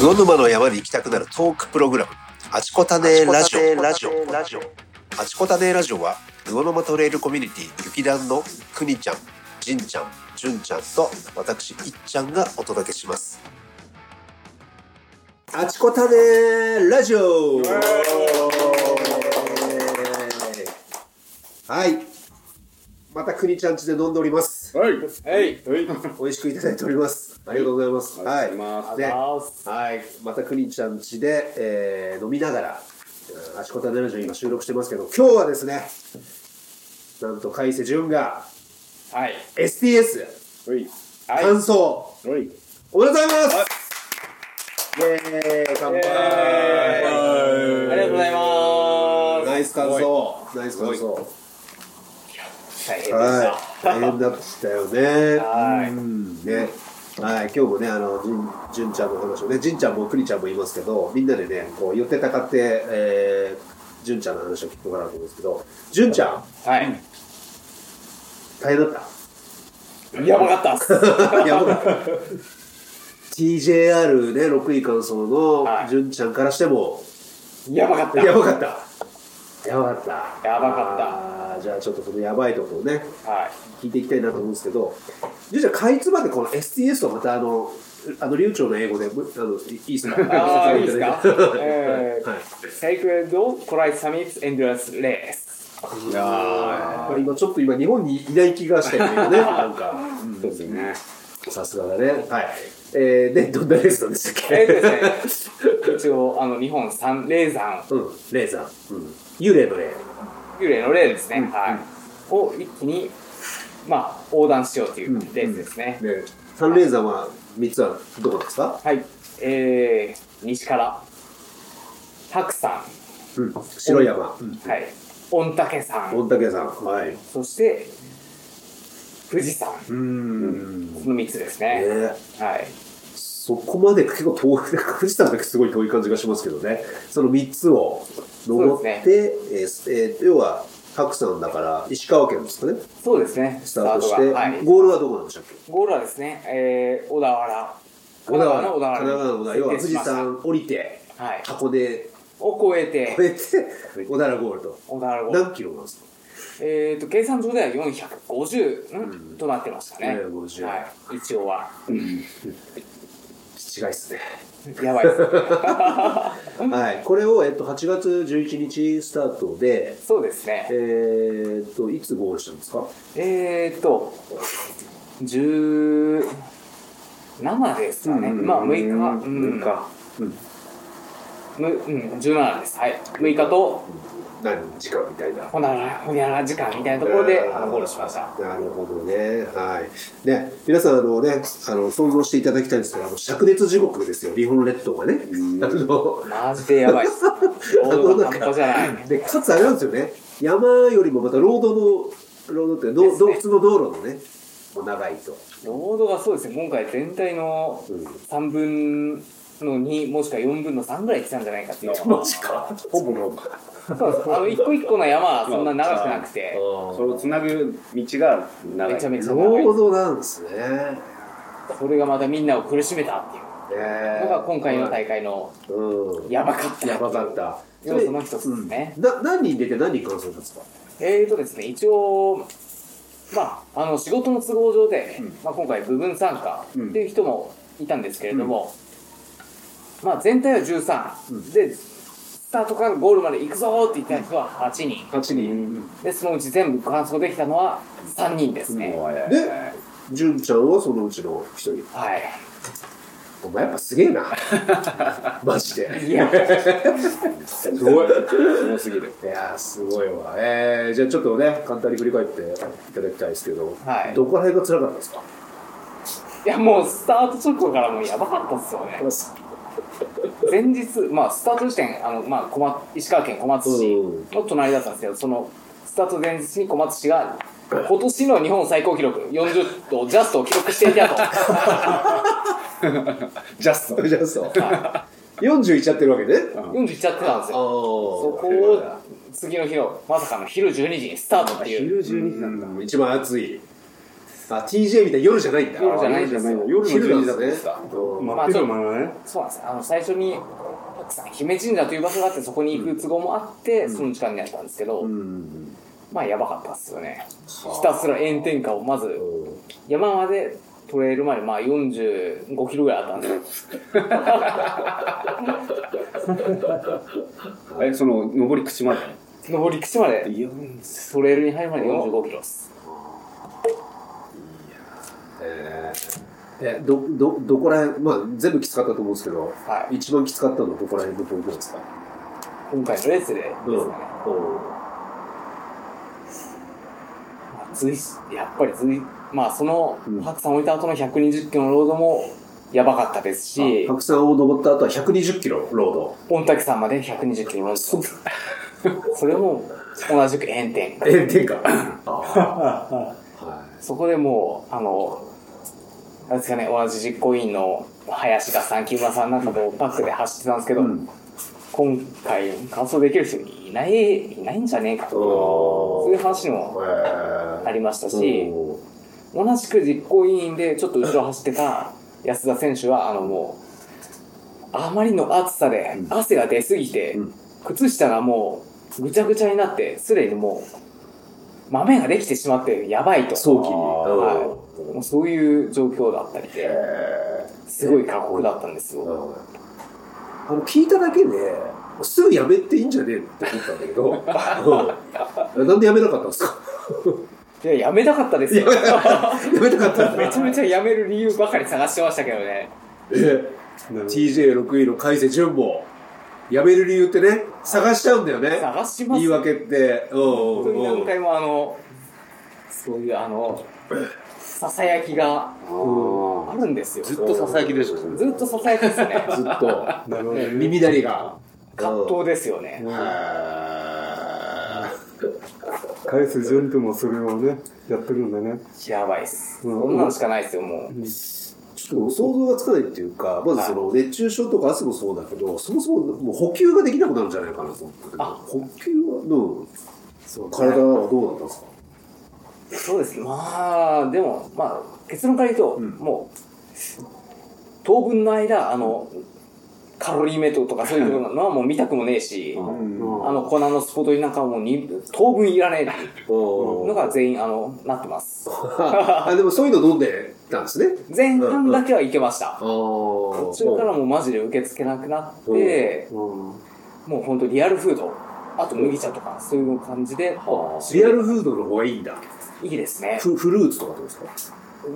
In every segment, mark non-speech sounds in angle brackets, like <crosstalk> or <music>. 魚沼の山に行きたくなるトークプログラム「あちこたねラジオ」ラジオラジオあちこたねラジオは魚沼トレイルコミュニティ雪団のくにちゃんじんちゃんじゅんちゃんと私いっちゃんがお届けしますあちこたねラジオはいまたくにちゃんちで飲んでおりますはい。はい。美味しくいただいておりますありがとうございますははい。いまねはい、またくにちゃん家で、えー飲みながら、うんあちこたねラジオ今収録してますけど、今日はですね、なんと海瀬淳がはい。 STS す。はい。はい。感想、はい。おめでとうございます、イェーイ乾杯ありがとうございます。ナイス感想ナイス感想大変ではしい、大変だったよね。はいうんね。はい、今日もね、あの、じん、じゅんちゃんの話をね、じんちゃんもくにちゃんもいますけど、みんなでね、こう、寄ってたかって、えー、じゅんちゃんの話を聞こうかなと思うんですけど、じゅんちゃん、た。はい。大変 <laughs> だっやばかったっす。た。やばかった。TJR ね、6位感想はのいじゅんちゃんからしても、やばかった。やばかった。やばかった。やばかった。じゃあちょっとそのやばいところをね、はい。聞いていきたいなと思うんですけど、じゃあ、かいつまでこの STS をまたあの、あの流暢な英語で、むあのいいいですかあーいい <laughs> ですかはいえー Sacred Christ Summit Endless Race。まあ今ちょっと今日本にいない気がしたよね、 <laughs> なんか。そうですね。さすがだね。はい。えー、で、どんなレースなんでしたっけえーとですね、一応、あの、日本三霊山、うん、レーザー。うん。幽霊の霊。幽霊の霊ですね。はい。を一気に、まあ、横断しようというレースですね。で、三レーザーは、三つはどこですかはい。えー、西から、白山、うん。白山。はい。御嶽山、御嶽山。はい。そして、富士山、うん。ねこの3つですね。はい。そこまで結構遠く、富士山だけすごい遠い感じがしますけどね。その3つを登って、えーすえー要は、白山だから、石川県ですかね。そうですね。スタートして、がはい。ゴールはどこなんでしたっけゴールはですね、えー、小田原。小田原。の神小田奈原川の小田原。要は設富定し士ました山降りて、はい。箱根を越えて、越えて、小田原ゴールと。小田原ゴール。何キロなんですかえー、と、計算上では450、ん、となってましたね。 450はい。一 <laughs> 応は。違いっすね。やばいですね。はい。これを、えっと、8月11日スタートで、そうですえね。ーっと、いつゴールしたんですかえー、と、17ですかね。まあ、6日。うん。 6日。むうん、17です。はい。6日と、何時間みたいな。ほなら、ほにゃら時間みたいなところで、あの、ゴールしました。なるほどね。はい。ね、皆さん、あのね、あの、想像していただきたいんですけど、あの、灼熱地獄ですよ、日本列島がね。あの、マジでや <laughs> ばいっす。労働が半端じゃない。 <laughs> で、かつあれなんですよね、山よりもまた、ロードの、ロードっていうか、どですねど普通の道路のね、もう長いと。ロードがそうですね、今回全体のうん3分の2、もしくは4分の3ぐらい来たんじゃないか <laughs> っていう。マジか。ほぼほぼ。そうですあの、一個一個の山はそんな長くなくて、それをつなぐ道が長い。めちゃめちゃ長いロ。ードなんですね。それがまたみんなを苦しめたっていうねのが今回の大会のうん。やばかったやばかった。要素の一つですね。な、何人出て何人完走なんですかえーとですね、一応、まあ、あの仕事の都合上で、まあ、今回部分参加っていう人もいたんですけれども、まあ、全体は13、でスタートからゴールまで行くぞーって言った人は8人 ?8 人。でそのうち全部完走できたのは3人ですね、で、純ちゃんはそのうちの一人。はいお前やっぱすげえな。マジで。<laughs> いやすごい。重すぎる。いやー、すごいわ。えー、じゃあちょっとね、簡単に振り返っていただきたいですけど、はいどこら辺が辛かったんですかいやもうスタート直後からもうやばかったっすよね前日、まあ、スタート地点あの、まあ、小松石川県小松市の隣だったんですけどそのスタート前日に小松市が今年の日本最高記録40度ジャストを記録してい <laughs> たとジャスト。じゃあそう。41やってるわけね。 40いっちゃってたんでそすよそこを次の日のまさかの昼12時にスタートっていう12時なんだ。一番暑い。あ TJ みたいな夜じゃないんだ夜じゃないんですよ夜の12時だったんです昼なかんですねうん真っ昼間のねそうなんですよあの最初にたくさん姫神社という場所があってそこに行く都合もあって、その時間になったんですけど、うんまあやばかったっすよねひたすら炎天下をまず山までトレイルまでまあ45キロぐらいあったんです <laughs> よえその上り口まで登り口までいやうんトレイルに入るまで45キロですえーえどどどこら辺まあ全部きつかったと思うんですけど、はい一番きつかったのはどこら辺のポイントですか今回のレースでですね、うんうんまあ随やっぱり随まあそのうん白さん置いた後の120キロのロードもやばかったですし白山を登った後は120キロロード御嶽山まで120キロのロードそれも同じく炎天え天下 <laughs> あーはそこでもうあのなんですかね同じ実行委員の林田さん木村さんなんかとパックで走ってたんですけいど、うん今回完走できる人いないいないんじゃねえかとおーそういう話もえありましたーしうん同じく実行委員でちょっと後ろ走ってた安田選手はあのもうあまりの暑さでうん汗が出すぎて、うん靴下がもうぐちゃぐちゃになってすでにもう豆ができてしまってやばいと早期にはい、もうそういう状況だったりうんでえーすごい過酷だったんですよあの聞いただけですぐやめていいんじゃねえのって思ったんだけど、うんなんでやめなかったんですかいややめたかったですやよめなかったやめなかったんだ <laughs> めちゃめちゃやめる理由ばかり探してましたけどねええ TJ6 位の海瀬淳もやめる理由ってね探しちゃうんだよね探しま言すい訳ってうん本う当んにうん何回もあのそういうあのささやきがあるんですよずっとささやきでしょそれずっとささやきですねずっと耳鳴りが葛藤ですよねは返す順ともそれをねやってるんだねやばいっすそうんんなのしかないっすよもういちょっと想像がつかないっていうかまずその熱中症とか汗もそうだけどそもそももう補給ができなくなるんじゃないかなと思ってあ補給はどうそう体はどうだったんですかそうですねまあでもまあ結論から言うと、うんもう当分の間あのカロリーメイトとかそういうのはもう見たくもねえし、うんあの粉のスポドリなんかはもうに当分いらねえっていううんのが全員あのなってます <laughs> あでもそういうの飲んでたんですね前半だけはいけましたあ途途中からもうマジで受け付けなくなってもう本当リアルフードあと麦茶とかそういう感じでリアルフードの方がいいんだいいですねフフルーツとかどうですか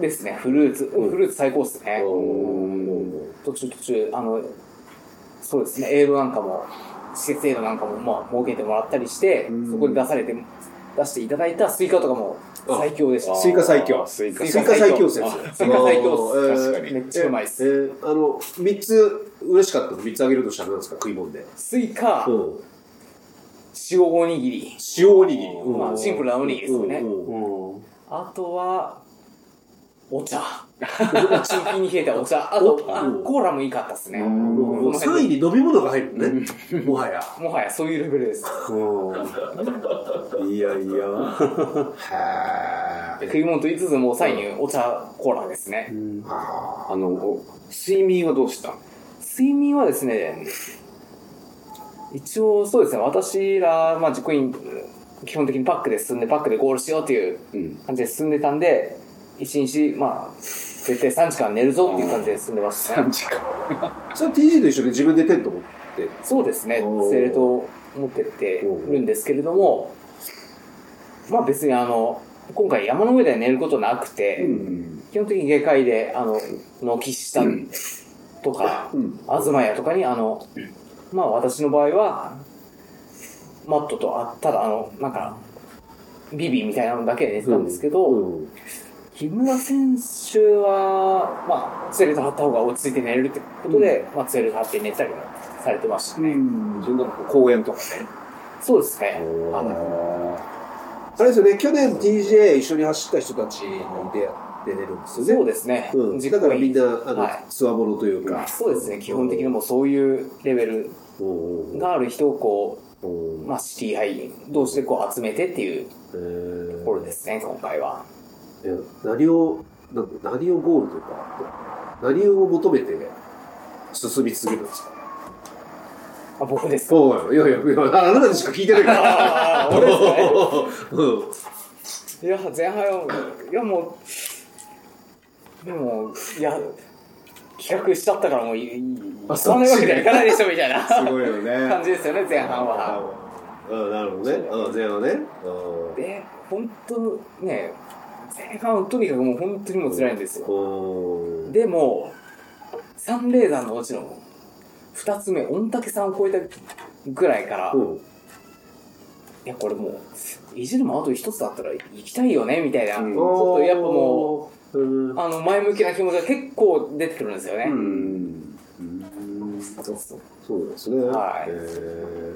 ですねフルーツうんフルーツ最高っすねうん途中途中あのそうですねエイドなんかも施設エイドなんかもまあ設けてもらったりしてうんそこで出されて出していただいたスイカとかも最強でしたスイカ最強スイカスイカ最強説あスイカ最強あーえ説ー確かにめっちゃうまいっすえーあの3つ嬉しかったの3つあげるとしたら何ですか食い物でスイカうん塩おにぎり塩おにぎりうんまあシンプルなおにぎりですよねうんあとは、お茶。中金に冷えたお茶。あと、おあうんコーラもいいかったですね。うんこ3の位に辺飲み物が入るのねもはやもはやそういうレベルです。いやいやへ食い物と言いつつもう3位にお茶、コーラですね。あのお睡眠はどうしたの睡眠はですね、一応そうですね、私ら、まあ、実行委員、基本的にパックで進んで、パックでゴールしようっていううん感じで進んでたんで、1日、まあ、絶対3時間寝るぞっていう感じで進んでましたね。時間ーそれは TG と一緒で自分でテント持ってそうですね、おーセレトを持ってってるんですけれども、まあ別にあの、今回山の上では寝ることなくて、うん基本的に下界で、あの、軒下とか、うん東屋とかに、あの、まあ私の場合は、マットと、あただあの、なんか、ビビみたいなのだけで寝てたんですけど、うん木村選手は、まあ、ツエルト張った方が落ち着いて寝れるってことで、まあツエルト張って寝たりもされてましたね。そんな公園とかねそうですね。あのあれですよね、去年 DJ 一緒に走った人たちので出れるんですよね。そうですね。うん実だから行委み員んな、あの、はいつわものというか。そうですね。基本的にもうそういうレベルうん。がある人をこう、うんまあ、シティハイ同士でこう集めてっていうところですね、今回は。え何をなんだ何をゴールというか何を求めて進み続けるんですかあ僕ですかそうよいやいやいやあなたにしか聞いてないからああ俺ですね <laughs> うんいや、前半はいやもう、でも、いや、企画しちゃったからもういい、いいあそんなわけにはいかないでしょみたいなすごいよ感ねじですよね、前半は。うんなるほどねうん前半ねうんで、本当ね、前半とにかくもう本当にもう辛いんですよ。うんでも、サンレーザーのうちの二つ目、御嶽さんを超えたぐらいから、ういんや、これもう、いじるもあと一つだったら行きたいよねみたいな、ちうんょっとやっぱもう、ううんあの前向きな気持ちが結構出てくるんですよね。うん。そうそうそうなんですね。はいえ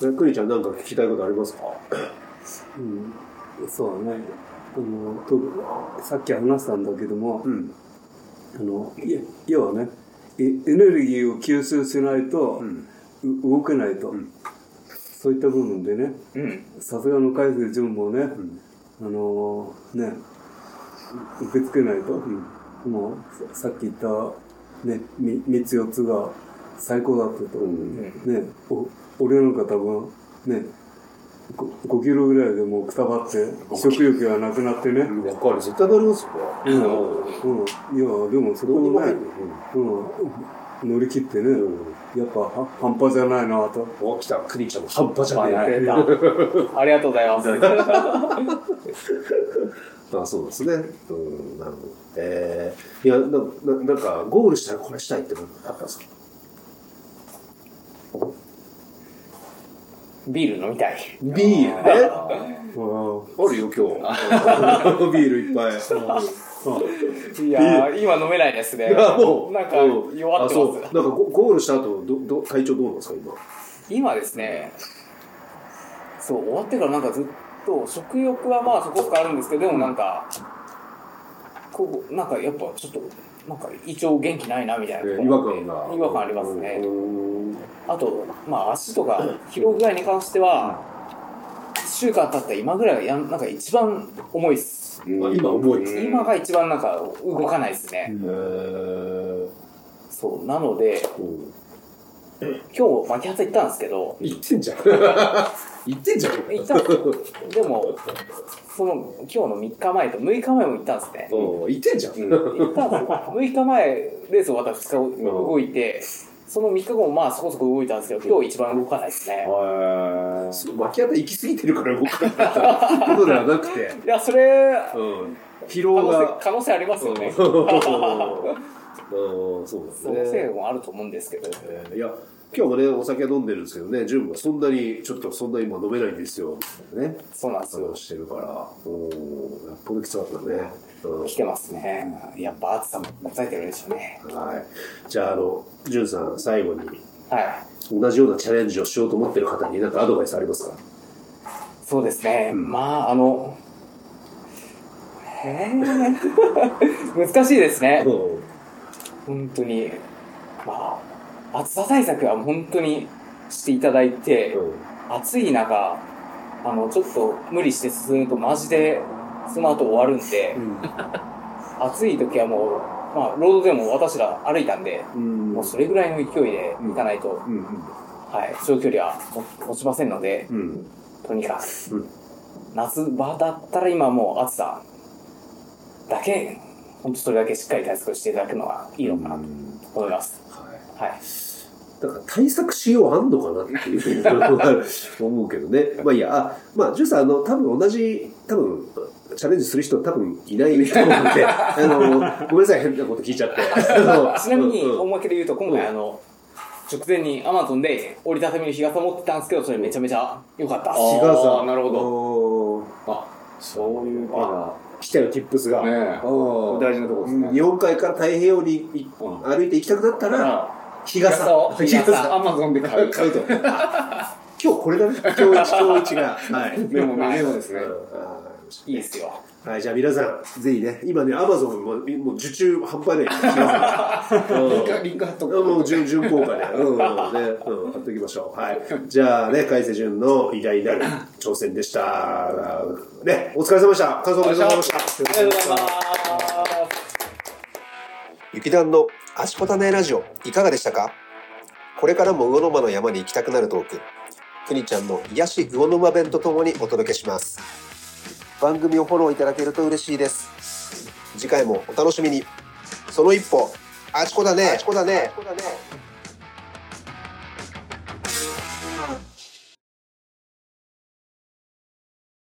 ー。クリちゃんなんか聞きたいことありますか。うん、そうだねあのとさっき話したんだけども、んあのい要はねえエネルギーを吸収しないと、う動けないと、そういった部分でねうん。さすがの海水潤もね、あのね受け付けないと、もうささっき言った、ね、み3つ4つが最高だったと、うんねお俺なんか多分ね 5, キロぐらいでもうくたばって食欲がなくなってね、うんわかる、絶対なりますよ。いやでもそこどうにもを入ねる、うん、乗り切ってね、やっぱは半端じゃないなとうん。お、来た、クリちゃんも半端じゃあない。出たありがとうございます。あ、そうですね。うん、なるほど。えー、いや、な、な、なんか、ゴールしたらこれしたいってのあったんですか。ビール飲みたい。ビールね。ああるよ、今日。ビールいっぱい。いやー、今飲めないですね。いやもうなんかう弱っあてそうまなんかゴ、ゴールした後、ど、ど、体調どうなんですか、今。す。今ですね、そう、終わってからなんかずっと、食欲はまあそこそこあるんですけど、でもなんか、こう、なんかやっぱちょっと、なんか胃腸元気ないなみたいな、えー違和感が。違和感ありますねうんあと、まあ足とか疲労具合に関しては、1週間経った今ぐらいがやん、なんか一番重いっす。まあ今重いですね今が一番なんか動かないですね。えーそう、なので、うん今日、巻き発行ったんですけど、言ってん <laughs> じゃん。言ってんじゃん。行ったんですよでも、その、今日の3日前と6日前も行ったんですね。うん、言ってんじゃん。行ったんですよ6日前、レース終わった2日動いて、その3日後もまあそこそこ動いたんですけど、今日一番動かないですね。はそう巻き方行き過ぎてるから僕がったことではなくて、いや、それ、うん、疲可労能性が。可能性ありますうよんね。うんそうそでのすせいね。もあると思うんですけど。えーいや、今日もね、お酒飲んでるんですけどね、ジュンはそんなに、ちょっとそんな今飲めないんですよ、ね。そうなんですそうよ。してるから、うん、やっぱりきつかったね。うん来てますね。やっぱ暑さも抑えてるでしょうね。はい。じゃあ、あの、ジュンさん、最後に、はい。同じようなチャレンジをしようと思ってる方に何かアドバイスありますかそうですね、まああのへえ <laughs> 難しいですねうん本当にまあ暑さ対策は本当にしていただいて、暑い中あのちょっと無理して進むとマジでその後終わるんで、暑い時はもうまあロードでも私ら歩いたんで、うんもうそれぐらいの勢いで行かないと、うんはい長距離はも持ちませんので、うんとにかく、うん夏場だったら今もう暑さだけ本当それだけしっかり対策していただくのがいいのかなと思います、はいはいだから対策しようあんのかなっていう思うけ <laughs> どねまあいいやあまあジュンさんあの多分同じ多分チャレンジする人多分いないと思うん <laughs> であのごめんなさい変なこと聞いちゃってあのちなみにうんうん思いっきり言うと今う回んあの直前にアマゾンで折りたたみの日傘持ってたんですけどそれめちゃめちゃ良かったっす日あ傘ーなるほどどい。そういう手が。来たよティップスが、ねえうん大事なとこですね日本海から太平洋にいうん歩いて行きたくなったら日傘傘を日日傘傘アマゾンで買う。買うと今日これだね今日一今日一がはいでもね、でもですね。うんました、いいですよ。はい、じゃあ皆さん、ぜひね、今ね、アマゾンももう受注半端ないから。うんリンクリンク貼っとくもう準々効果で、うん、うんね、うん、貼っておきましょう。はい。じゃあね、海瀬淳の偉大なる挑戦でした。ね、お疲れ様でした。感想お疲れ様でした。ありがとうございます。雪団のアシポタネラジオいかがでしたかこれからも魚沼の山に行きたくなるトークくにちゃんの癒し魚沼弁とともにお届けします番組をフォローいただけると嬉しいです次回もお楽しみにその一歩あちこだねあちこだね